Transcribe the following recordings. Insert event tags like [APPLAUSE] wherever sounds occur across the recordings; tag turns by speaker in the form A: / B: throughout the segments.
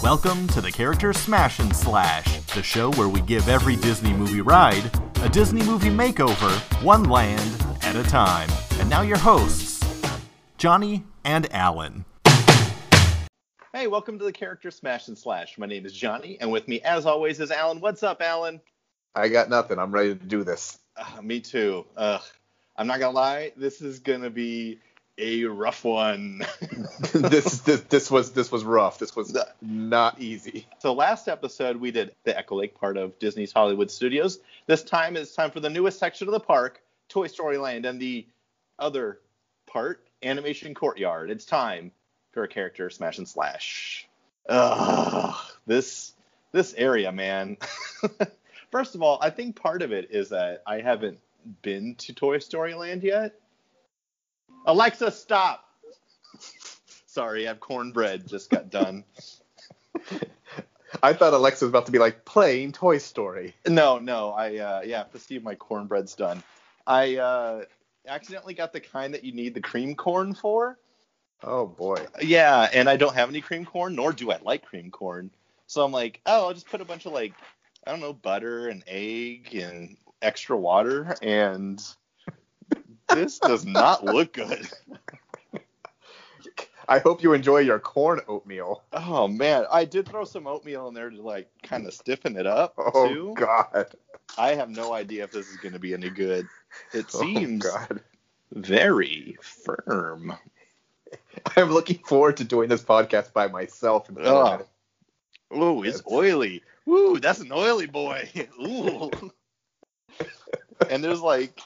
A: Welcome to the Character Smash and Slash, the show where we give every Disney movie ride a Disney movie makeover, one land at a time. And now your hosts, Johnny and Alan.
B: Hey, welcome to the Character Smash and Slash. My name is Johnny, and with me, as always, is Alan. What's up, Alan?
C: I got nothing. I'm ready to do this. [LAUGHS]
B: Uh, me too. Ugh. I'm not gonna lie, this is gonna be a rough one. [LAUGHS]
C: this this this was this was rough. This was not easy.
B: so last episode we did the Echo Lake part of Disney's Hollywood Studios. This time it's time for the newest section of the park, Toy Story Land, and the other part, Animation Courtyard. It's time for a character smash and slash. Ugh, this this area, man. [LAUGHS] First of all, I think part of it is that I haven't been to Toy Story Land yet. Alexa, stop. [LAUGHS] Sorry, I have cornbread. Just got done.
C: I thought Alexa was about to be like playing Toy Story.
B: No, no, I uh, yeah, have to see if my cornbread's done. I uh, accidentally got the kind that you need the cream corn for.
C: Oh boy.
B: Yeah, and I don't have any cream corn, nor do I like cream corn. So I'm like, oh, I'll just put a bunch of like, I don't know, butter and egg and extra water, and this does not look good.
C: I hope you enjoy your corn oatmeal. [LAUGHS]
B: Oh man, I did throw some oatmeal in there to like kind of stiffen it up
C: Oh
B: too.
C: god.
B: I have no idea if this is going to be any good. It seems
C: Oh god. [LAUGHS]
B: very firm.
C: I'm looking forward to doing this podcast by myself. And
B: Ugh. Ooh, it's oily. Ooh, that's an oily boy. [LAUGHS] Ooh. and there's like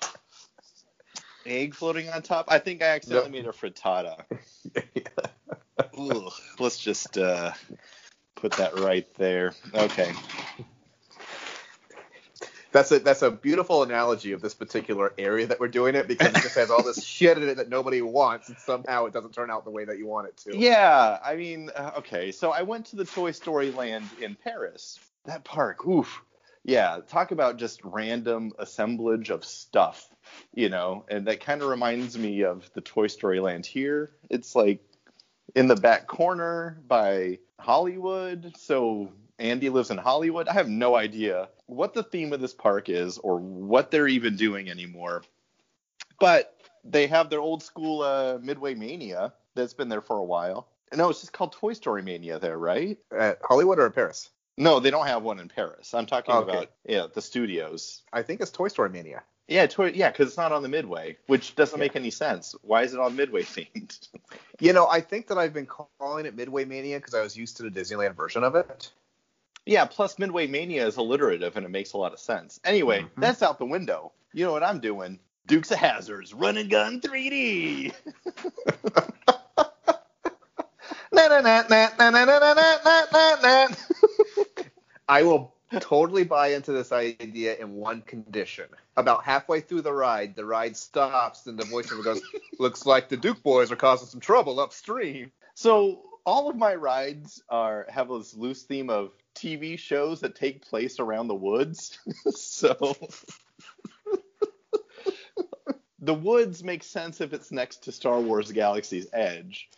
B: egg floating on top. I think I accidentally made a frittata. Ooh, let's just uh, put that right there. Okay.
C: That's a that's a beautiful analogy of this particular area that we're doing it because it just has all this [LAUGHS] shit in it that nobody wants and somehow it doesn't turn out the way that you want it to.
B: Yeah, I mean, uh, okay. So I went to the Toy Story Land in Paris. That park, oof. Yeah, talk about just random assemblage of stuff, you know, and that kind of reminds me of the Toy Story Land here. It's like in the back corner by Hollywood. So Andy lives in Hollywood. I have no idea what the theme of this park is or what they're even doing anymore. But they have their old school uh, Midway Mania that's been there for a while. No, it's just called Toy Story Mania there, right?
C: At Hollywood or Paris?
B: No, they don't have one in Paris. I'm talking
C: Okay.
B: about yeah, the studios.
C: I think it's Toy Story Mania.
B: Yeah, toy, yeah, because it's not on the Midway, which doesn't
C: Yeah.
B: make any sense. Why is it on Midway themed? [LAUGHS]
C: You know, I think that I've been calling it Midway Mania because I was used to the Disneyland version of it.
B: Yeah, plus Midway Mania is alliterative and it makes a lot of sense. Anyway,
C: Mhm.
B: that's out the window. You know what I'm doing? Dukes of Hazzards, Run and Gun 3D.
C: Na, na, na, na, na, na, na, na, na, na, na, na. [LAUGHS] I will totally buy into this idea in one condition. About halfway through the ride, the ride stops and the voiceover goes, "Looks like the Duke boys are causing some trouble upstream."
B: So all of my rides are have this loose theme of TV shows that take place around the woods. [LAUGHS] so the woods makes sense if it's next to Star Wars Galaxy's Edge.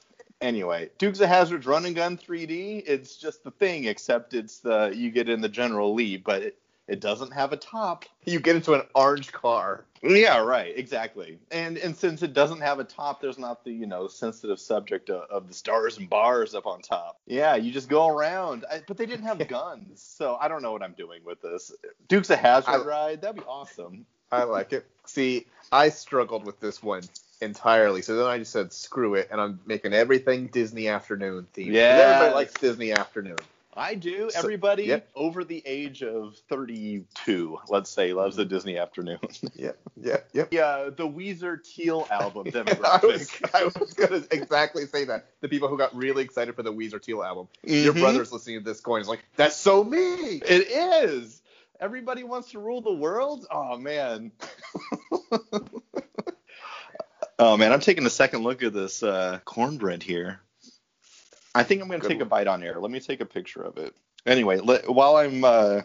B: Anyway, Dukes of Hazzard's Run and Gun 3D, it's just the thing, except it's the you get in the General Lee, but it, it doesn't have a top.
C: You get into an orange car.
B: Yeah, right, exactly. And and since it doesn't have a top, there's not the you know sensitive subject of, of the stars and bars up on top. Yeah, you just go around. I, but they didn't [LAUGHS] have guns, so I don't know what I'm doing with this. Duke's a
C: I-
B: Hazard ride, that'd be awesome.
C: I like it. See, I struggled with this one entirely, so then I just said, "Screw it," and I'm making everything Disney afternoon themed. 'Cause
B: Yes.
C: everybody likes Disney afternoon.
B: I do.
C: So-
B: Everybody
C: yep.
B: over the age of 32, let's say, loves the Disney afternoon. [LAUGHS]
C: Yep, yep, yep.
B: yeah, the Weezer Teal [LAUGHS] album
C: [LAUGHS] I was,
B: demographic.
C: I was gonna exactly say that. The people who got really excited for the Weezer Teal album. Your
B: Mhm.
C: brother's listening to this going is like, that's so me.
B: It is. Everybody wants to rule the world. Oh man. [LAUGHS] oh man, I'm taking a second look at this uh, cornbread here. I think I'm gonna
C: Good
B: take a
C: one.
B: bite on air. Let me take a picture of it. Anyway, let, while I'm uh,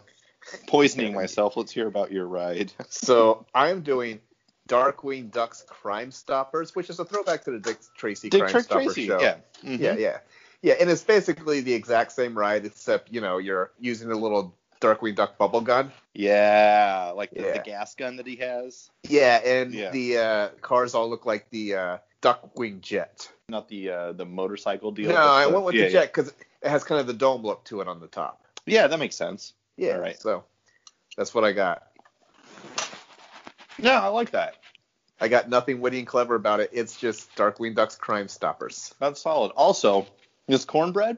B: poisoning myself, let's hear about your ride.
C: So I'm doing Darkwing Duck's Crime Stoppers, which is a throwback to the Dick Tracy
B: Dick
C: Crime
B: Trick
C: Stopper
B: Tracy.
C: show.
B: Yeah. Mhm.
C: yeah, yeah. Yeah, and it's basically the exact same ride, except you know you're using a little Darkwing Duck bubble gun.
B: Yeah, like the, the
C: Yeah.
B: gas gun that he has,
C: Yeah, and
B: Yeah.
C: the uh, cars all look like the uh, Duckwing jet.
B: not the uh, the motorcycle deal.
C: no,
B: but
C: I
B: the-
C: went with
B: yeah,
C: the jet because it has kind of the dome look to it on the top.
B: Yeah. yeah, that makes sense.
C: Yeah,
B: All right.
C: so that's what I got.
B: No, I like that.
C: I got nothing witty and clever about it. It's just Darkwing Duck's Crime Stoppers.
B: That's solid. Also, this cornbread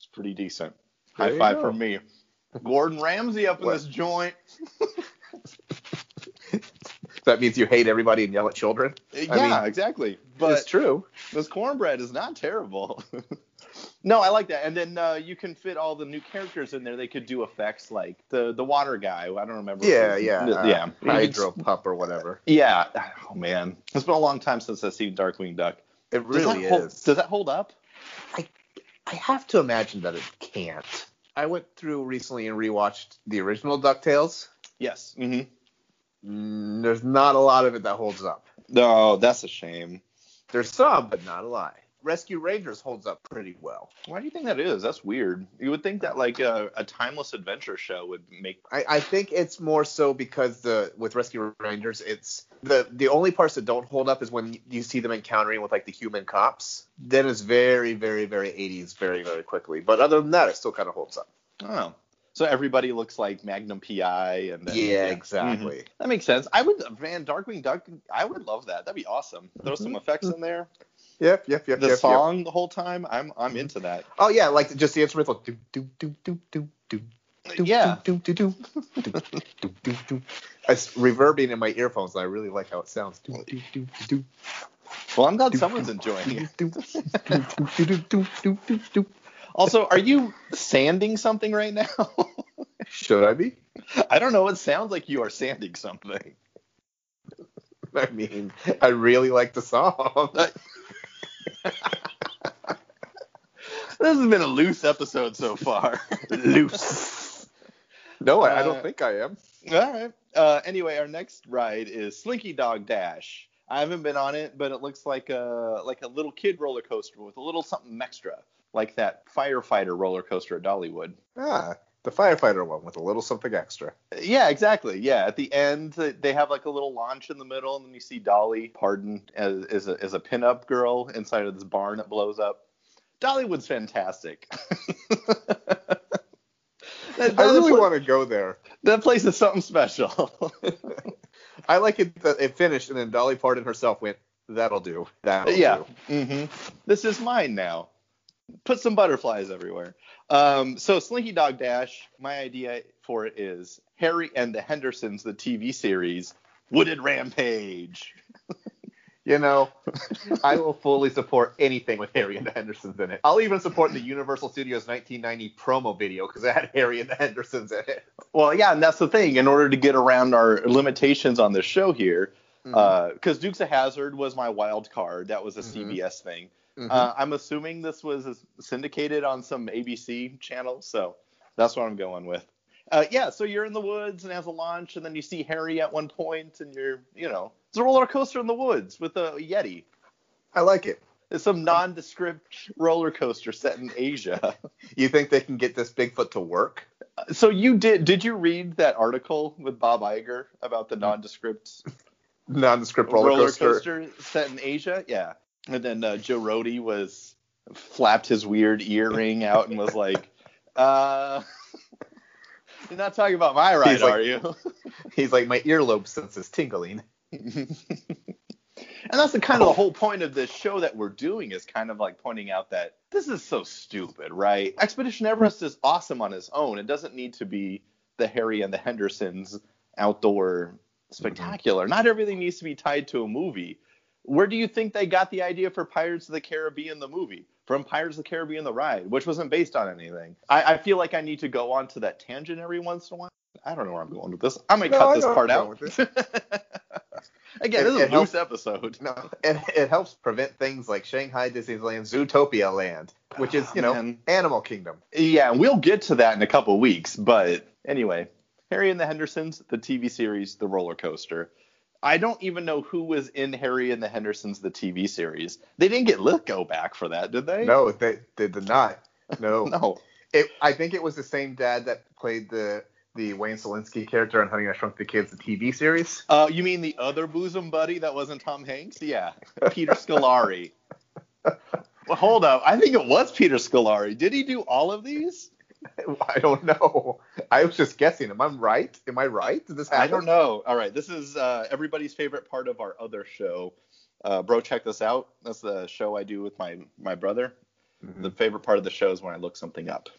B: is pretty decent.
C: There
B: High
C: you
B: five
C: go.
B: from me. Gordon Ramsay up in
C: What?
B: this joint.
C: That means you hate everybody and yell at children.
B: Yeah,
C: I mean,
B: exactly.
C: it's
B: But
C: true.
B: this cornbread is not terrible. [LAUGHS] no, I like that. And then uh, you can fit all the new characters in there. They could do effects like the the water guy. I don't remember.
C: Yeah,
B: his-
C: yeah. uh,
B: yeah.
C: Hydro Pup or whatever.
B: Yeah. Oh man, it's been a long time since I've seen Darkwing Duck.
C: It
B: Does
C: really
B: that
C: is.
B: hold- does that hold up?
C: I have to imagine that it can't. I went through recently and rewatched the original DuckTales.
B: Yes. hmm
C: Mm, there's not a lot of it that holds up.
B: No, that's a shame.
C: There's some, but not a lot. Rescue Rangers holds up pretty well.
B: Why do you think that is? That's weird. You would think that like uh, a, a timeless adventure show would make.
C: I, I think it's more so because the with Rescue Rangers, it's the the only parts that don't hold up is when you see them encountering with like the human cops. Then it's very, very, very 80s, very, very quickly. But other than that, it still kind of holds up.
B: Oh. So everybody looks like Magnum PI and then,
C: Mm-hmm.
B: Mhm.
C: exactly.
B: That makes sense. I would man, Darkwing Duck. I would love that. That'd be awesome. Throw
C: Mm-hmm.
B: some effects in there.
C: Yep, yep, yep.
B: The
C: yep, yep.
B: song the whole time. I'm I'm into that.
C: Oh yeah, like just the instrumental. Do do do do do do. do,
B: Yeah.
C: Do, do, do, do, do, do, do. It's reverbing in my earphones, and I really like how it sounds. Do, do, do, do,
B: Well, I'm glad someone's enjoying it.
C: do, do, do, do, do, do, do, do, do.
B: Also, are you sanding something right now? [LAUGHS]
C: Should I be?
B: I don't know. It sounds like you are sanding something. [LAUGHS]
C: I mean, I really like the song.
B: This has been a loose episode so far.
C: Loose. No, I, I
B: Uh,
C: don't think I am.
B: All right. Uh, anyway, our next ride is Slinky Dog Dash. I haven't been on it, but it looks like a like a little kid roller coaster with a little something extra, like that firefighter roller coaster at Dollywood.
C: Ah, the firefighter one with a little something extra.
B: Yeah, exactly. Yeah, at the end th- they have like a little launch in the middle, and then you see Dolly Parton as, as a as a pinup girl inside of this barn that blows up. Dollywood's fantastic. [LAUGHS] that, Uh,
C: I really
B: pla-
C: want to go there.
B: that place is something special. [LAUGHS]
C: I like it that it finished, and then Dolly Parton herself went, "That'll do. That'll
B: yeah.
C: do."
B: hmm This is mine now. Put some butterflies everywhere. Um, so Slinky Dog Dash, my idea for it is Harry and the Hendersons, the TV series, Wooded Rampage. [LAUGHS]
C: You know, I will fully support anything with Harry and the Hendersons in it. I'll even support the Universal Studios 1990 promo video because it had [LAUGHS] Harry and the Hendersons in it.
B: Well, yeah, and that's the thing. In order to get around our limitations on this show here,
C: Uh,
B: because Dukes of Hazard was my wild card, that was a
C: Mhm.
B: CBS thing.
C: Mhm.
B: Uh, I'm assuming this was syndicated on some ABC channel, so that's what I'm going with. Uh, yeah, so you're in the woods and has a launch, and then you see Harry at one point, and you're, you know, it's a roller coaster in the woods with a Yeti.
C: I like it.
B: It's some nondescript roller coaster set in Asia.
C: You think they can get this Bigfoot to work?
B: so you did? Did you read that article with Bob Iger about the nondescript
C: Nondescript
B: roller,
C: roller,
B: coaster. set in Asia. Yeah. And then uh, Joe Rody was flapped his weird earring out and was like, [LAUGHS] uh, [LAUGHS] "You're not talking about my ride,
C: He's like-
B: are you?"
C: He's like, my earlobe sense is tingling.
B: And that's the kind of
C: Oh.
B: the whole point of this show that we're doing is kind of like pointing out that this is so stupid, right? Expedition Everest is awesome on its own. It doesn't need to be the Harry and the Hendersons outdoor
C: Mm-hmm.
B: spectacular. Not everything needs to be tied to a movie. Where do you think they got the idea for Pirates of the Caribbean the movie? From Pirates of the Caribbean the ride, which wasn't based on anything. I, I feel like I need to go on to that tangent every once in a while. I don't know where I'm going with this. I might
C: No,
B: cut
C: I
B: this
C: know
B: part
C: where
B: out.
C: I'm going
B: [LAUGHS] Again,
C: It-
B: this is
C: it
B: a loose episode.
C: No, it, it helps prevent things like Shanghai Disneyland Zootopia Land, which is, you know,
B: Man.
C: Animal Kingdom.
B: Yeah, and we'll get to that in a couple weeks. But anyway, Harry and the Hendersons, the TV series, the roller coaster. I don't even know who was in Harry and the Hendersons, the TV series. They didn't get Lithgow back for that, did they?
C: No, they, they did not.
B: [LAUGHS]
C: No.
B: No.
C: It, I think it was the same dad that played the the Wayne Selinsky character on Honey I Shrunk the Kids, the TV series. [LAUGHS]
B: Uh, you mean the other bosom buddy that wasn't Tom Hanks? Yeah, Peter Scolari. well, hold up. I think it was Peter Scolari. Did he do all of these?
C: I don't know. I was just guessing. Am I right? Am I right? Did this happen?
B: I don't know. All right, this is uh, everybody's favorite part of our other show. Uh, bro, check this out. That's the show I do with my my brother.
C: Mm.
B: The favorite part of the show is when I look something up.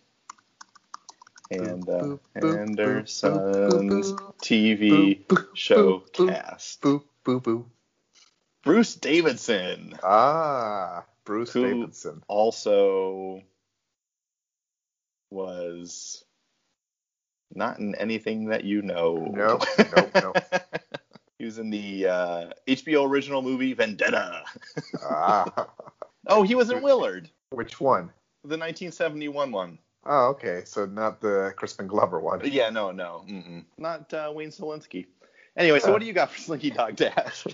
B: And uh,
C: Boop, boop,
B: Anderson's
C: boop, boop, boop.
B: TV
C: Boop, boop,
B: show
C: boop, boop.
B: cast.
C: Boo, boo, boo.
B: Bruce Davidson,
C: Ah, Bruce
B: Who-
C: Davidson.
B: also was not in anything that you know.
C: No, no, no.
B: he was in the uh, HBO original movie Vendetta.
C: Ah, [LAUGHS]
B: Oh, he was in Willard,
C: which one?
B: the 1971 one.
C: Oh, okay. So not the Crispin Glover one.
B: Yeah, no, no, mm-mm. not uh, Wayne Selinsky. Anyway, so what do you got for Slinky Dog [LAUGHS] Dash?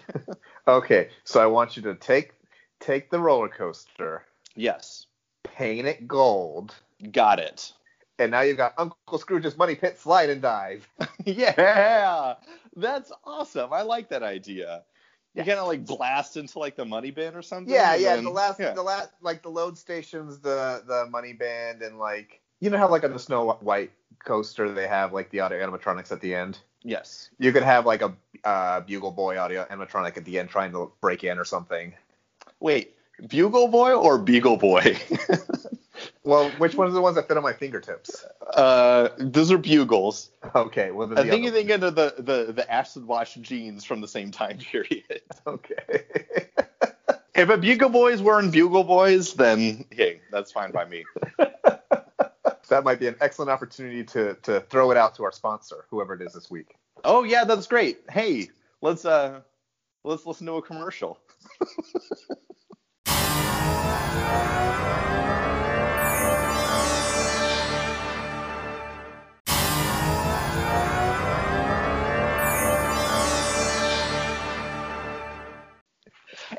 C: Okay, so I want you to take take the roller coaster,
B: yes,
C: paint it gold,
B: got it.
C: and now you've got Uncle Scrooge's money pit slide
B: [LAUGHS]
C: and dive.
B: yeah, that's awesome. I like that idea. You
C: Yeah.
B: kind of like blast into like the money bin or something.
C: Yeah,
B: and
C: yeah.
B: then-
C: the last,
B: yeah.
C: the last, like the load stations, the the money band, and like you know how like on the Snow White coaster they have like the audio animatronics at the end.
B: yes.
C: You could have like a uh, bugle boy audio animatronic at the end trying to break in or something.
B: Wait, Bugle Boy or Beagle Boy? [LAUGHS]
C: Well, which ones are the ones that fit on my fingertips? [LAUGHS]
B: uh, those are bugles.
C: Okay, well then
B: I
C: the
B: think
C: other
B: you're thinking of the the the acid wash jeans from the same time [LAUGHS] period.
C: [LAUGHS] Okay.
B: If a Bugle Boy's wearing Bugle Boys, then hey, that's fine by me.
C: that might be an excellent opportunity to to throw it out to our sponsor, whoever it is this week.
B: Oh yeah, that's great. Hey, let's uh let's listen to a commercial.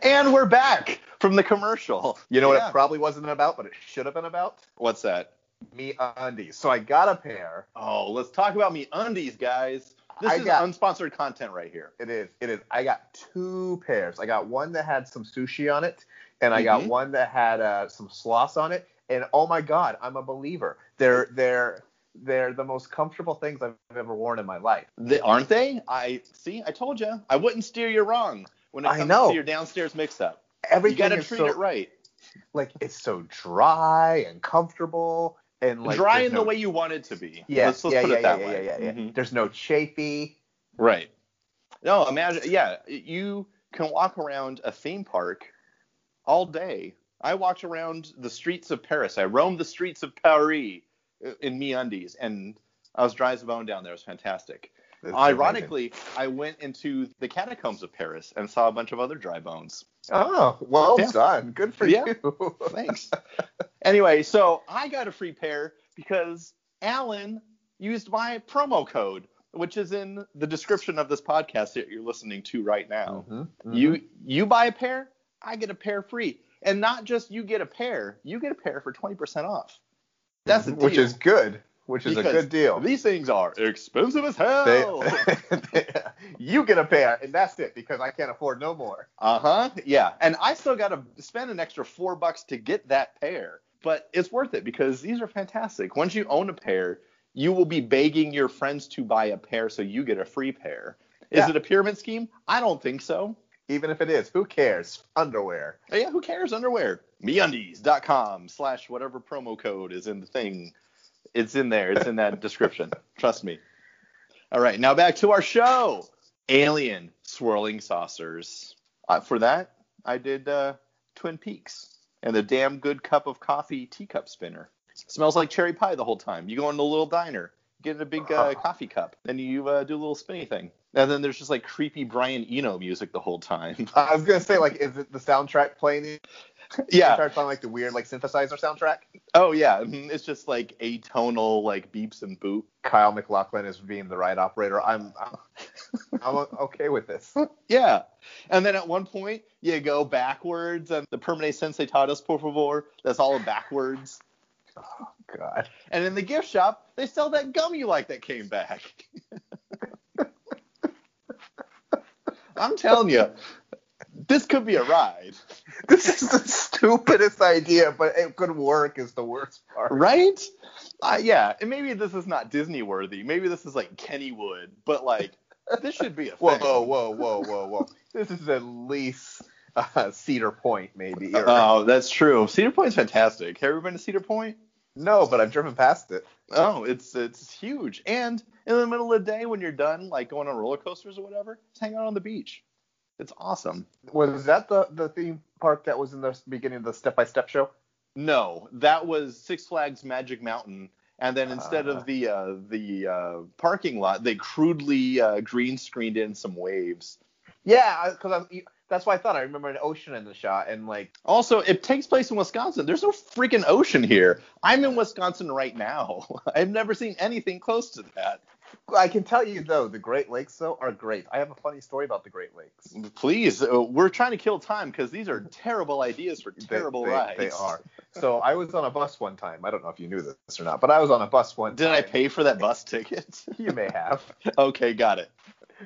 B: And we're back from the commercial.
C: You know what
B: Yeah.
C: it probably wasn't about, but it should have been about?
B: What's that?
C: Me undies. So I got a pair.
B: Oh, let's talk about me undies, guys. This
C: I
B: is
C: got-
B: unsponsored content right here.
C: It is. It is. I got two pairs. I got one that had some sushi on it, and I got
B: Mhm.
C: one that had uh, some sloss on it. And oh my God, I'm a believer. They're they're they're the most comfortable things I've ever worn in my life.
B: They, aren't they? I see. I told you. I wouldn't steer you wrong when it
C: I
B: comes
C: know.
B: to your downstairs mix-up. You
C: Everything
B: gotta
C: is
B: treat
C: so
B: it right.
C: like it's so dry and comfortable and like
B: Dry
C: there's
B: in
C: no-
B: the way you want it to be.
C: Yeah,
B: let's, let's
C: yeah,
B: put
C: yeah,
B: it that
C: yeah,
B: way.
C: yeah, yeah, yeah.
B: Mhm.
C: There's no chafy.
B: Right. No, imagine. Yeah, you can walk around a theme park all day. I walked around the streets of Paris. I roamed the streets of Paris uh, in me undies, and I was dry as a bone down there. It was fantastic.
C: It's
B: Ironically, I went into the catacombs of Paris and saw a bunch of other dry bones.
C: amazing. oh well
B: Yeah.
C: done, good for
B: Yeah.
C: you. [LAUGHS]
B: Thanks. anyway, so I got a free pair because Alan used my promo code, which is in the description of this podcast that you're listening to right now.
C: [LAUGHS] Mhm, mhm.
B: You you buy a pair, I get a pair free. And not just you get a pair, you get a pair for 20% off. That's the deal.
C: which is good, which is a
B: Because
C: good deal.
B: These things are expensive as
C: They- [LAUGHS]
B: hell.
C: you get a pair, and that's it because I can't afford no more.
B: Uh huh. Yeah. And I still got to spend an extra four bucks to get that pair, but it's worth it because these are fantastic. Once you own a pair, you will be begging your friends to buy a pair so you get a free pair. Is
C: Yeah.
B: it a pyramid scheme? I don't think so.
C: Even if it is, who cares? Underwear.
B: Oh, Yeah, who cares? Underwear. MeUndies.com slash whatever promo code is in the thing. It's in there. It's in that description. Trust me. All right, now back to our show. Alien swirling saucers. Uh, for that, I did uh, Twin Peaks and the damn good cup of coffee teacup spinner. Smells like cherry pie the whole time. You go into a little diner, get in a big uh, coffee cup, and you uh, do a little spinny thing. And then there's just like creepy Brian Eno music the whole time. [LAUGHS]
C: I was gonna say like, is it the soundtrack playing? The
B: yeah.
C: Soundtrack playing like the weird like synthesizer soundtrack.
B: Oh yeah, [LAUGHS] mhm, it's just like atonal like beeps and boop.
C: Kyle McLaughlin is being the ride operator. I'm, I'm I'm [LAUGHS] okay with this.
B: Yeah. And then at one point, you go backwards, and the permanente sensei taught us, por favor. That's all backwards.
C: God.
B: And in the gift shop, they sell that gum you like that came back. [LAUGHS] I'm telling you, this could be a ride,
C: This is the stupidest idea, but it could work is the worst part.
B: right? Uh, yeah, and maybe this is not Disney worthy. Maybe this is like Kennywood, but like this should be a thing.
C: Whoa, whoa, whoa, whoa, whoa, whoa. This is at least uh, Cedar Point, maybe. or-
B: Oh, that's true. Cedar Point's fantastic. Have you ever been to Cedar Point?
C: no, but I've driven past it.
B: Oh, it's it's huge. And in the middle of the day when you're done, like going on roller coasters or whatever, just hang out on the beach. It's awesome.
C: Was that the, the theme park that was in the beginning of the Step by Step show?
B: No, that was Six Flags Magic Mountain. And then instead
C: Ah.
B: of the uh, the uh, parking lot, they crudely uh, green screened in some waves.
C: Yeah, because e, that's why I thought I remember an ocean in the shot, and like,
B: Also, it takes place in Wisconsin. There's no freaking ocean here. I'm in Wisconsin right now. [LAUGHS] I've never seen anything close to that.
C: I can tell you though, the Great Lakes though are great. I have a funny story about the Great Lakes.
B: Please, uh, we're trying to kill time because these are terrible ideas for
C: They-
B: terrible
C: they,
B: rides.
C: They are. So I was on a bus one time. I don't know if you knew this or not, but I was on a bus one.
B: Did
C: time.
B: I pay for that bus ticket? [LAUGHS]
C: You may have.
B: okay, got it.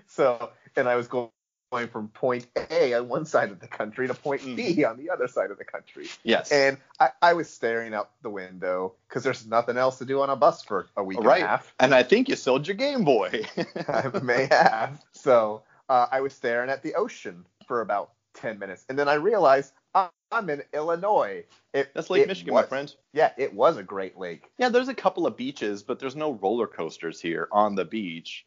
C: So, and I was going going from point A on one side of the country to point B
B: Mm.
C: on the other side of the country.
B: Yes.
C: And I, I was staring out the window because there's nothing else to do on a bus for a week
B: Right.
C: and a
B: [LAUGHS]
C: half.
B: and I think you sold your Game Boy. [LAUGHS]
C: I may have. So uh, I was staring at the ocean for about 10 minutes. And then I realized I- I'm in Illinois. It,
B: That's Lake
C: it
B: Michigan, my
C: was-
B: friend.
C: Yeah, it was a great lake.
B: Yeah, there's a couple of beaches, but there's no roller coasters here on the beach.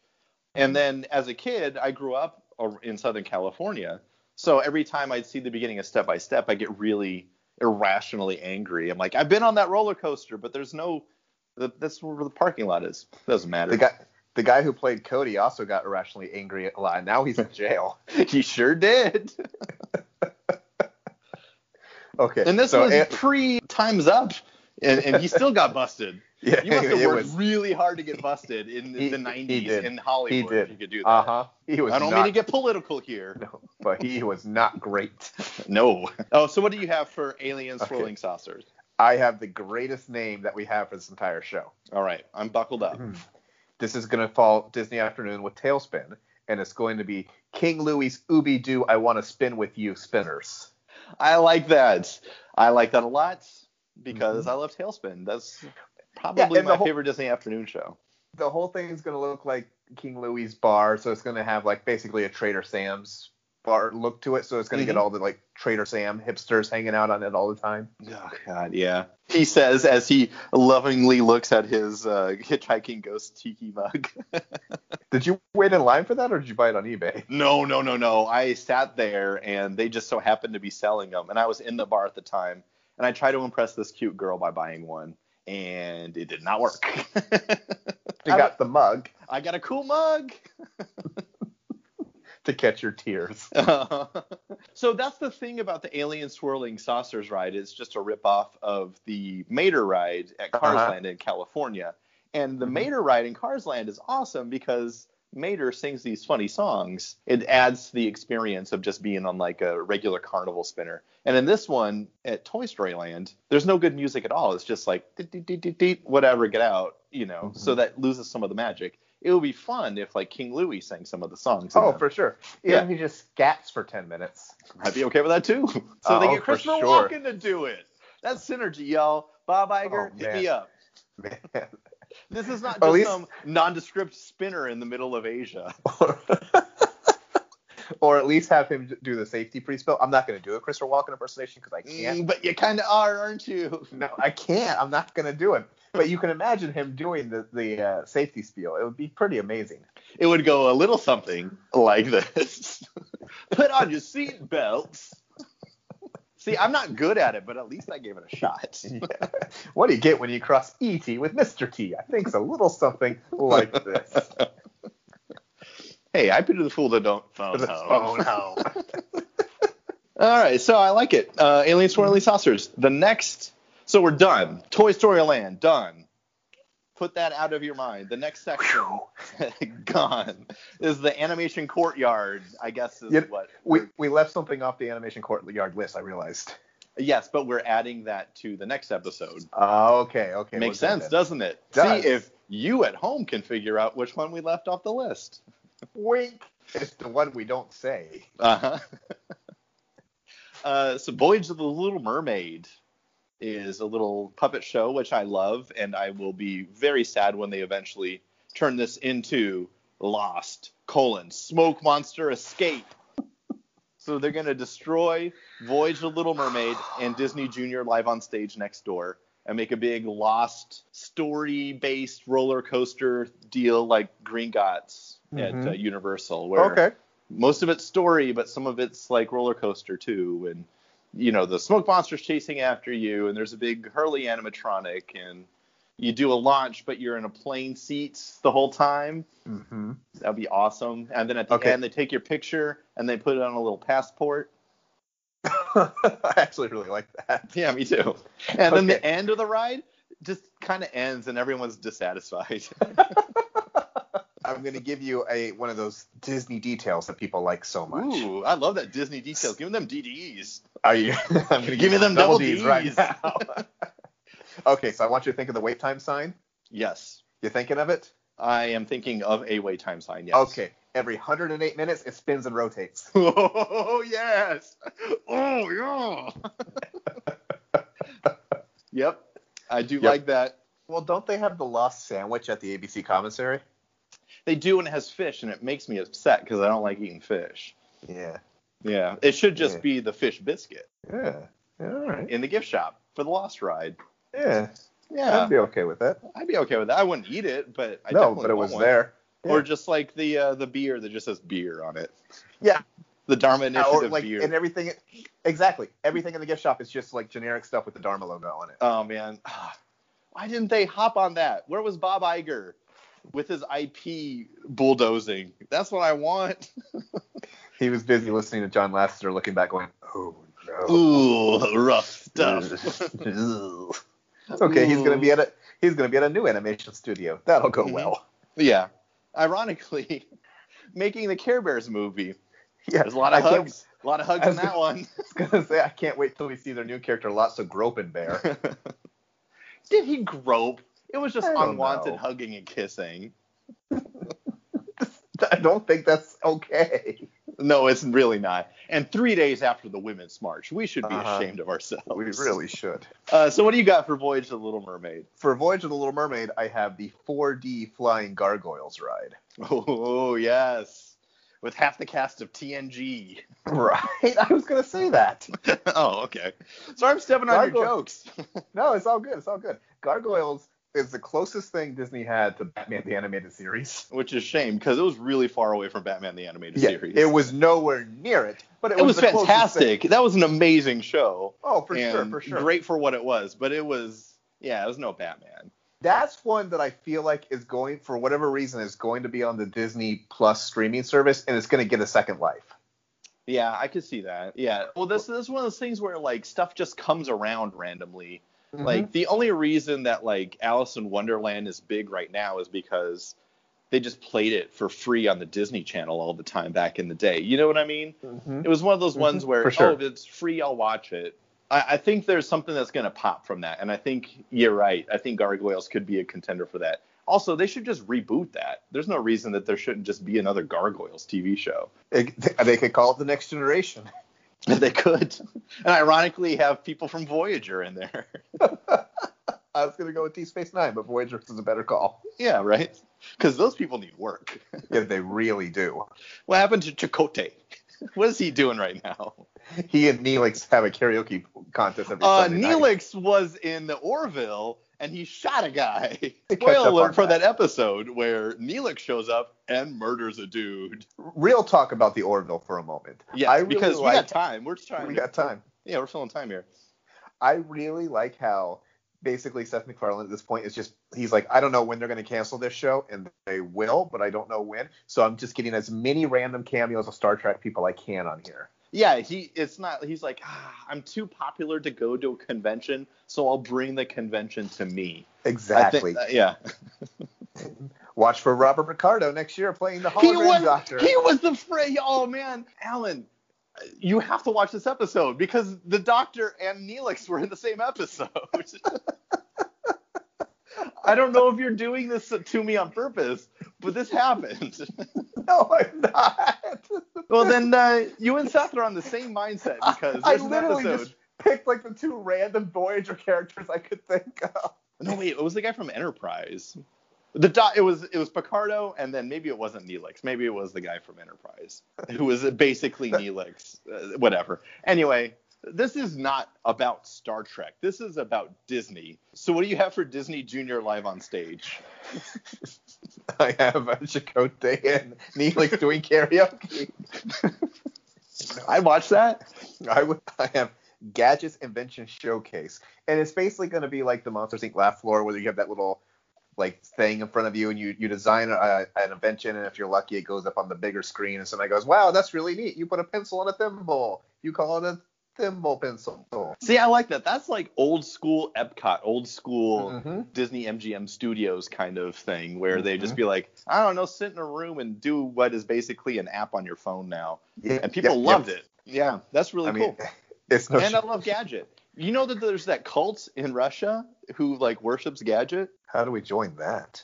B: And then as a kid, I grew up ar- in Southern California. So every time I'd see the beginning of Step by Step, I get really irrationally angry. I'm like, I've been on that roller coaster, but there's no. th- That's where the parking lot is. Doesn't matter.
C: The guy, the guy who played Cody also got irrationally angry a lot. and
B: [LAUGHS]
C: Now he's in jail. [LAUGHS]
B: he sure did.
C: Okay.
B: And this
C: so eh,
B: was
C: it-
B: pre Times Up, and, and he still got busted.
C: yeah,
B: [LAUGHS] You must have
C: [LAUGHS] it
B: worked
C: was.
B: really hard to get busted in
C: He-
B: the
C: he
B: 90s
C: did.
B: in Hollywood.
C: He did.
B: If you could do that.
C: Uh huh. He was
B: I don't
C: not,
B: mean to get political
C: [LAUGHS]
B: here.
C: but he was not great.
B: No. Oh, so what do you have for alien
C: Okay.
B: swirling saucers?
C: I have the greatest name that we have for this entire show.
B: All right, I'm buckled up.
C: Hmm. [CLEARS THROAT] This is going to fall Disney Afternoon with Tailspin, and it's going to be King Louie's Ooby Doo, I Want to Spin With You Spinners.
B: I like that. I like that a lot because I love Tailspin. That's probably
C: Mm-hmm. and the
B: my
C: whole-
B: favorite Disney afternoon show.
C: The whole thing is going to look like King Louie's bar, so it's going to have like basically a Trader Sam's bar look to it, so it's going to
B: Mhm.
C: get all the like Trader Sam hipsters hanging out on it all the time.
B: Oh God, yeah. He says as he lovingly looks at his uh, hitchhiking ghost tiki mug.
C: Did you wait in line for that, or did you buy it on eBay? [LAUGHS]
B: No, no, no, no. I sat there and they just so happened to be selling them. And I was in the bar at the time. And I tried to impress this cute girl by buying one. And it did not work. [LAUGHS]
C: You
B: I
C: got the mug
B: I got a cool mug.
C: to catch your tears.
B: [LAUGHS] so that's the thing about the alien swirling saucers ride. It's just a ripoff of the Mater ride at Cars
C: Uh-huh.
B: Land in California. And the
C: Mhm.
B: Mater ride in Cars Land is awesome because Mater sings these funny songs. It adds to the experience of just being on like a regular carnival spinner. And in this one at Toy Story Land, there's no good music at all. It's just like "Deet, deet, deet, deet, deet," whatever, get out, you know.
C: Mhm.
B: So that loses some of the magic. It would be fun if like King Louis sang some of the songs. in
C: [LAUGHS] Oh,
B: them.
C: for sure. Even
B: Yeah.
C: if he just scats for 10 minutes.
B: I'd be okay with that too. [LAUGHS] So they
C: Oh,
B: get
C: for
B: Christopher
C: sure.
B: Walken to do it. That's synergy, y'all. Bob Iger,
C: Oh,
B: hit
C: man.
B: me up.
C: [LAUGHS] Man.
B: This is not
C: At
B: just
C: least- Oh,
B: some nondescript spinner in the middle of
C: [LAUGHS]
B: Asia.
C: or, or at least have him do the safety pre-spell. I'm not going to do a Christopher Walken impersonation because I can't.
B: Mm, but you kind of are, aren't you?
C: No, I can't. I'm not going to do it. But you can imagine him doing the, the uh, safety spiel. It would be pretty amazing. [LAUGHS]
B: It would go a little something like this. [LAUGHS] Put on your seat belts. See, I'm not good at it, but at least I gave it a shot.
C: What do you get when you cross ET with Mr. T? I think it's a little something like this.
B: Hey, I pity the fool that
C: [LAUGHS]
B: don't phone home. All
C: no.
B: right, so I like it. Uh, Alien Swirly Saucers. The next, so we're done. Toy Story Land, done. Put that out of your mind. The next section, [LAUGHS] gone, is the animation courtyard. I guess is
C: Yep.
B: what.
C: We we left something off the animation courtyard list. I realized.
B: Yes, but we're adding that to the next episode.
C: Ah, okay, okay.
B: Makes
C: we'll do
B: sense,
C: that.
B: doesn't it?
C: Does.
B: See if you at home can figure out which one we left off the list.
C: Wink. It's the one we don't say.
B: Uh-huh. [LAUGHS] uh, so Voyage of the Little Mermaid is a little puppet show which I love, and I will be very sad when they eventually turn this into Lost colon Smoke Monster Escape. [LAUGHS] so they're gonna destroy Voyage of the Little Mermaid and Disney Junior live on stage next door. And make a big lost story-based roller coaster deal like Green Gots at
C: Mhm.
B: uh, Universal, where most of it's story, but some of it's like roller coaster too. And you know, the smoke monster's chasing after you, and there's a big Hurley animatronic, and you do a launch, but you're in a plane seat the whole time.
C: Mm-hmm. [LAUGHS]
B: That'd be awesome. And then at the
C: Okay.
B: end, they take your picture and they put it on a little passport. [LAUGHS]
C: I actually really like that.
B: Yeah, me too. And then the
C: Okay.
B: end of the ride just kind of ends, and everyone's
C: [LAUGHS]
B: dissatisfied.
C: I'm gonna give you a one of those Disney details that people like so much.
B: Ooh, I love that Disney details. Give them DDEs.
C: Are you? [LAUGHS] I'm gonna
B: Give me
C: you
B: them double
C: Ds
B: Ds.
C: right now. [LAUGHS] okay, so I want you to think of the wait time sign.
B: [LAUGHS] Yes,
C: You thinking of it?
B: I am thinking of a wait time sign. Yes.
C: Okay. [LAUGHS] Every 108 minutes, it spins and rotates. [LAUGHS]
B: Oh yes. Oh yeah. [LAUGHS] yep. I do
C: Yep.
B: like that.
C: Well, don't they have the lost sandwich at the ABC commissary?
B: They do and it has fish and it makes me upset because I don't like eating fish.
C: Yeah.
B: Yeah. It should just
C: Yeah.
B: be the fish biscuit
C: Yeah. yeah all right.
B: in the gift shop for the lost ride.
C: Yeah.
B: Yeah.
C: I'd be okay with that.
B: I'd be okay with that. I wouldn't eat it, but I
C: no,
B: definitely
C: but it
B: want
C: was
B: one.
C: there.
B: Or
C: Yeah.
B: just like the uh, the beer that just says beer on it.
C: Yeah.
B: The Dharma
C: Yeah,
B: Initiative
C: or like
B: beer.
C: and everything exactly everything in the gift shop is just like generic stuff with the dharma logo on it
B: Oh man, [SIGHS] why didn't they hop on that? Where was Bob Iger with his IP bulldozing? That's what I want.
C: he was busy listening to john lasseter looking back going oh no
B: Ooh, rough
C: Ugh. okay he's gonna be at a he's gonna be at a new animation studio that'll go
B: Mhm.
C: well
B: [LAUGHS]
C: [LAUGHS]
B: yeah. Ironically, [LAUGHS] making the Care Bears movie.
C: yeah
B: There's a lot of
C: I can't-
B: hugs. A lot of hugs
C: I
B: in
C: was
B: that one. [LAUGHS]
C: I was gonna say i can't wait till we see their new character lots of groping bear
B: [LAUGHS] Did he grope? It was just
C: I don't
B: unwanted
C: know.
B: hugging and kissing.
C: [LAUGHS] i don't think that's okay
B: No, it's really not. And three days after the Women's March, we should be
C: Uh-huh.
B: ashamed of ourselves.
C: we really should
B: Uh, so, what do you got for Voyage to the Little Mermaid?
C: for voyage of the little mermaid i have the 4d flying gargoyles ride
B: Oh yes, with half the cast of TNG.
C: right [LAUGHS] i was gonna say that
B: [LAUGHS] oh okay. So I'm stepping on your
C: Gargoyle-
B: jokes. [LAUGHS]
C: No, it's all good. It's all good. Gargoyles is the closest thing Disney had to Batman the Animated Series.
B: Which is shame because it was really far away from Batman the Animated Series.
C: it was nowhere near it, but it,
B: It was
C: the closest thing.
B: fantastic. That was an amazing show.
C: Oh, for sure,
B: and
C: for sure.
B: Great for what it was, but it was yeah, it was no Batman.
C: That's one that I feel like is going, for whatever reason, is going to be on the Disney Plus streaming service, and it's going to get a second life.
B: Yeah, I could see that. Yeah. Well, this, this is one of those things where like stuff just comes around randomly.
C: Mm-hmm,
B: Like the only reason that like Alice in Wonderland is big right now is because they just played it for free on the Disney Channel all the time back in the day. You know what I mean?
C: Mhm.
B: It was one of those
C: Mhm,
B: ones where
C: for sure.
B: oh, if it's free, I'll watch it. I, I think there's something that's gonna pop from that, and I think you're right. I think Gargoyles could be a contender for that. Also, they should just reboot that. There's no reason that there shouldn't just be another Gargoyles TV show. [LAUGHS]
C: It- they could call it the Next Generation.
B: they could, and ironically, have people from Voyager in there. [LAUGHS]
C: I was going to go with D Space Nine, but Voyager is a better call. [LAUGHS]
B: yeah, right. Because those people need work.
C: Yeah, they really do.
B: What happened to Chakotay? [LAUGHS] What is he doing right now?
C: He and Neelix have a karaoke contest every
B: Uh,
C: Sunday night.
B: Neelix was in the Orville and he shot a guy.
C: Catch
B: Spoiler
C: up on
B: alert for that.
C: that.
B: episode where Neelix shows up and murders a dude.
C: real talk about the Orville for a moment.
B: Yeah,
C: I really
B: because we got
C: like-
B: time. We're trying.
C: We got time.
B: yeah, we're filling time here.
C: I really like how basically Seth MacFarlane at this point is just he's like, I don't know when they're going to cancel this show, and they will, but I don't know when. So I'm just getting as many random cameos of Star Trek people I can on here.
B: yeah, he it's not he's like, ah, I'm too popular to go to a convention, so I'll bring the convention to me. I
C: Exactly.
B: think- yeah.
C: Watch for Robert Ricardo next year playing the
B: He
C: hologram
B: was
C: doctor.
B: he was the fray. Oh man, Alan, you have to watch this episode because the doctor and Neelix were in the same episode. [LAUGHS] I don't know if you're doing this to me on purpose, but this happened.
C: [LAUGHS] no, I'm not.
B: well, then uh, you and Seth are on the same [LAUGHS] mindset because
C: I
B: there's an
C: literally
B: episode.
C: just picked like the two random Voyager characters I could think of.
B: No, wait, it was the guy from Enterprise. The do- it was it was Picardo, and then maybe it wasn't Neelix. Maybe it was the guy from Enterprise, [LAUGHS] who was basically Neelix. Uh, whatever. Anyway, this is not about Star Trek. This is about Disney. So, what do you have for Disney Junior live on stage?
C: [LAUGHS] I have uh, Chakotay and Neelix doing karaoke.
B: I watched that.
C: [LAUGHS] I would. I have Gadget's Invention Showcase, and it's basically going to be like the Monsters Inc. Laugh Floor, where you have that little like thing in front of you, and you you design a, an invention, and if you're lucky, it goes up on the bigger screen, and somebody goes, "Wow, that's really neat! You put a pencil on a thimble. You call it a thimble pencil."
B: See, I like that. That's like old school Epcot, old school
C: Mhm.
B: Disney MGM Studios kind of thing, where they just be like, I don't know, sit in a room and do what is basically an app on your phone now.
C: Yeah,
B: and people loved it. Yeah, that's really
C: I mean,
B: [LAUGHS] cool.
C: [LAUGHS] it's no.
B: and uh,
C: sh-
B: I love Gadget. You know that there's that cult in Russia who like worships Gadget.
C: How do we join that?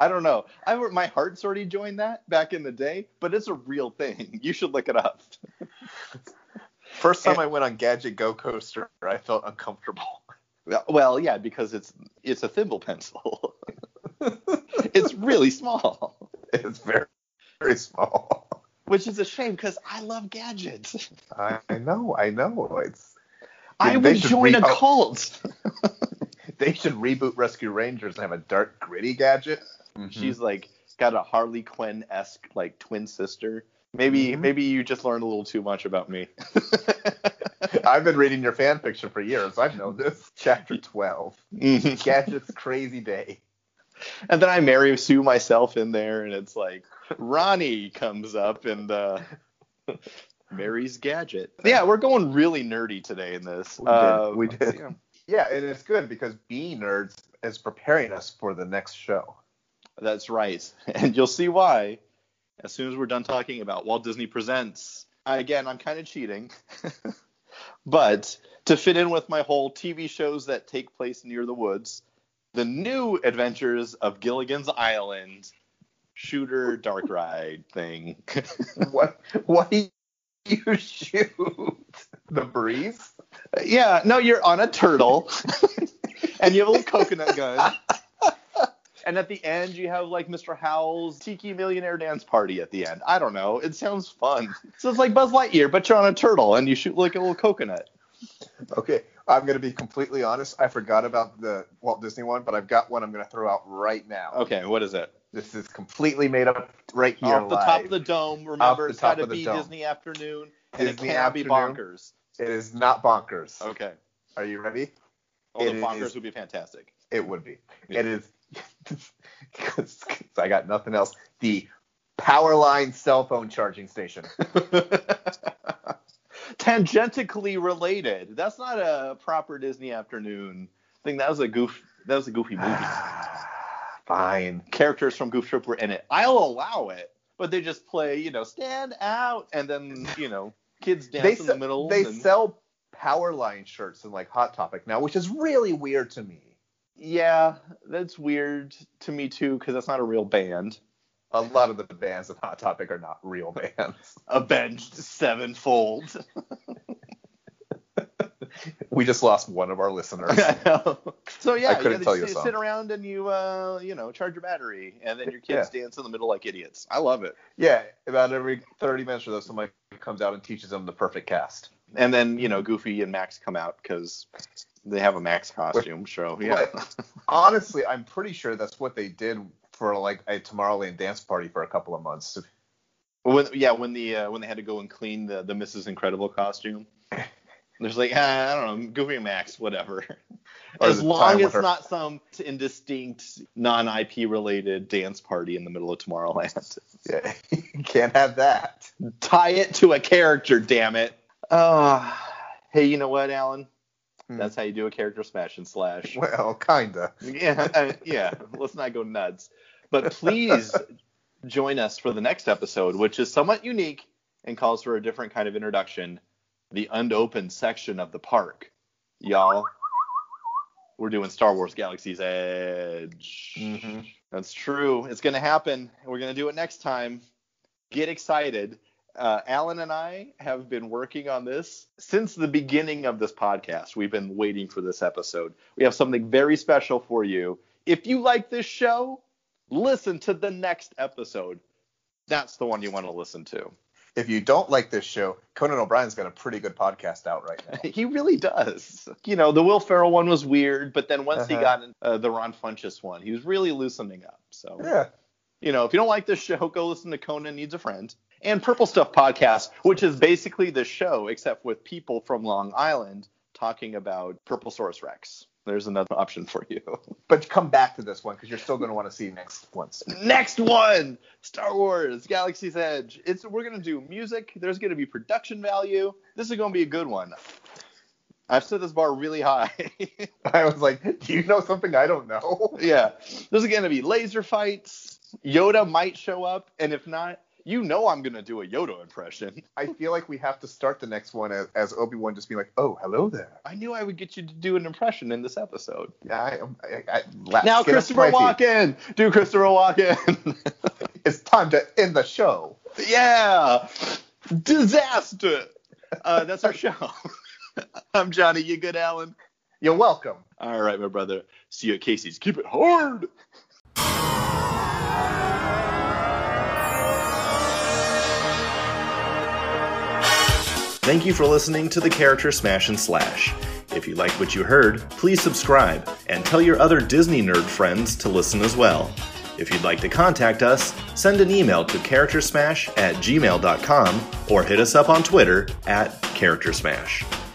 B: I don't know. I my heart's already joined that back in the day, but it's a real thing. [LAUGHS] You should look it up.
C: First time
B: And-
C: I went on Gadget Go Coaster, I felt uncomfortable. [LAUGHS]
B: Well, yeah, because it's it's a thimble pencil. [LAUGHS] it's really small,
C: It's very, very small.
B: which is a shame because I love gadgets.
C: I, I know, I know. It's
B: I
C: They
B: would
C: should
B: join a
C: re-
B: [LAUGHS] cult.
C: they should reboot Rescue Rangers and have a dark, gritty gadget.
B: She's like got a Harley Quinn esque like twin sister. Maybe
C: Mhm.
B: maybe you just learned a little too much about me.
C: [LAUGHS] I've been reading your fan fiction for years. I've known this. [LAUGHS] Chapter twelve, Gadget's crazy day.
B: Mm-hmm. [LAUGHS] and then I marry Sue myself in there, and it's like Ronnie comes up and [LAUGHS] uh, marries Gadget. Yeah, we're going really nerdy today in this. Uh,
C: We did. Uh, We did.
B: yeah.
C: Yeah, and it's good because B Nerds is preparing us for the next show.
B: [LAUGHS]
C: [LAUGHS]
B: That's right, [LAUGHS] and you'll see why as soon as we're done talking about Walt Disney Presents. I- Again, I'm kind of cheating, [LAUGHS] but to fit in with my whole TV shows that take place near the woods, the new Adventures of Gilligan's Island shooter dark ride thing. [LAUGHS]
C: what? What do you [LAUGHS] shoot? The breeze?
B: Yeah, no, you're on a turtle, [LAUGHS] and you have a little coconut gun. [LAUGHS] And at the end, you have like Mr. Howell's Tiki Millionaire Dance Party at the end. I don't know. It sounds fun. [LAUGHS] So it's like Buzz Lightyear, but you're on a turtle and you shoot like a little coconut.
C: Okay, I'm gonna be completely honest. I forgot about the Walt Disney one, but I've got one I'm gonna throw out right now.
B: Okay, what is it?
C: This is completely made up right here.
B: Off the top of the dome.
C: Off
B: Remember,
C: the
B: it's
C: top
B: got to
C: of the
B: be
C: dome.
B: Disney afternoon, and
C: Disney
B: it can be
C: afternoon.
B: bonkers.
C: It is not bonkers.
B: Okay.
C: Are you ready?
B: Although
C: It
B: bonkers
C: is-
B: would be fantastic.
C: It would be.
B: Yeah.
C: It is [LAUGHS] because I got nothing else. The Powerline cell phone charging station.
B: Tangentically related. That's not a proper Disney afternoon thing. That was a goof. That was a goofy movie.
C: [SIGHS] Fine.
B: characters from Goof Troop were in it. I'll allow it, but they just play, you know, stand out, and then you know, kids dance
C: They,
B: in
C: se-
B: the middle.
C: they
B: and-
C: sell Powerline shirts in like Hot Topic now, which is really weird to me.
B: Yeah, that's weird to me too, because that's not a real band.
C: A lot of the bands in Hot Topic are not real [LAUGHS] bands.
B: Avenged sevenfold. [LAUGHS]
C: We just lost one of our
B: [LAUGHS]
C: listeners.
B: I know. so yeah,
C: I couldn't
B: you, know,
C: tell
B: they
C: you a
B: sit-
C: song.
B: sit around and you, uh, you know, charge your battery, and then your kids dance in the middle like idiots. I love it.
C: yeah, about every 30 minutes or so, somebody comes out and teaches them the perfect cast.
B: And then you know, Goofy and Max come out because they have a Max costume. So yeah.
C: But honestly, I'm pretty sure that's what they did for like a Tomorrowland dance party for a couple of months. [LAUGHS]
B: When, yeah, when the uh, when they had to go and clean the the Mrs. Incredible [LAUGHS] costume, there's like ah, I don't know, Goofy and Max, whatever.
C: Or
B: As
C: the time
B: long
C: with
B: as
C: her-
B: not some indistinct non IP related dance party in the middle of Tomorrowland.
C: Yeah, you can't have that.
B: [LAUGHS] Tie it to a character, damn it. Uh, hey, you know what, Alan?
C: Hmm.
B: That's how you do a character smash and slash.
C: Well, kinda.
B: yeah, uh, yeah. Let's not go nuts. But please join us for the next episode, which is somewhat unique and calls for a different kind of introduction the unopened section of the park. Y'all, we're doing Star Wars Galaxy's Edge.
C: Mhm.
B: That's true. It's going to happen. We're going to do it next time. Get excited. Uh, Alan and I have been working on this since the beginning of this podcast. We've been waiting for this episode. We have something very special for you. If you like this show, listen to the next episode. That's the one you want to listen to.
C: If you don't like this show, Conan O'Brien's got a pretty good podcast out right
B: [LAUGHS]
C: now.
B: He really does. You know, the Will Ferrell one was weird, but then once he
C: Uh-huh.
B: got in, uh, the Ron Funches one, he was really loosening up. So,
C: yeah.
B: you know, if you don't like this show, go listen to Conan Needs a Friend and Purple Stuff Podcast, which is basically the show except with people from Long Island talking about Purple Source Rex. There's another option for you. [LAUGHS]
C: But come back to this one because you're still going to want to see next ones. [LAUGHS]
B: Next one, Star Wars Galaxy's Edge. It's we're gonna do music. There's gonna be production value. This is gonna be a good one. I've set this bar really high. [LAUGHS]
C: I was like, do you know something I don't know? [LAUGHS]
B: yeah, there's gonna be laser fights. Yoda might show up, and if not, you know I'm gonna do a Yoda impression.
C: I feel like we have to start the next one as, as Obi Wan just being like, oh, hello there.
B: I knew I would get you to do an impression in this episode.
C: Yeah, I, I, I,
B: now
C: la- skin up to
B: Christopher
C: my feet.
B: Walken, do Christopher Walken.
C: It's time to end the show.
B: [LAUGHS] yeah, disaster. Uh, that's our show. [LAUGHS] I'm Johnny. You good, Alan?
C: You're welcome.
B: All right, my brother. See you at Casey's. Keep it hard. Thank you for listening to the Character Smash and Slash. If you like what you heard, please subscribe and tell your other Disney nerd friends to listen as well. If you'd like to contact us, send an email to charactersmash at gmail.com or hit us up on Twitter at charactersmash.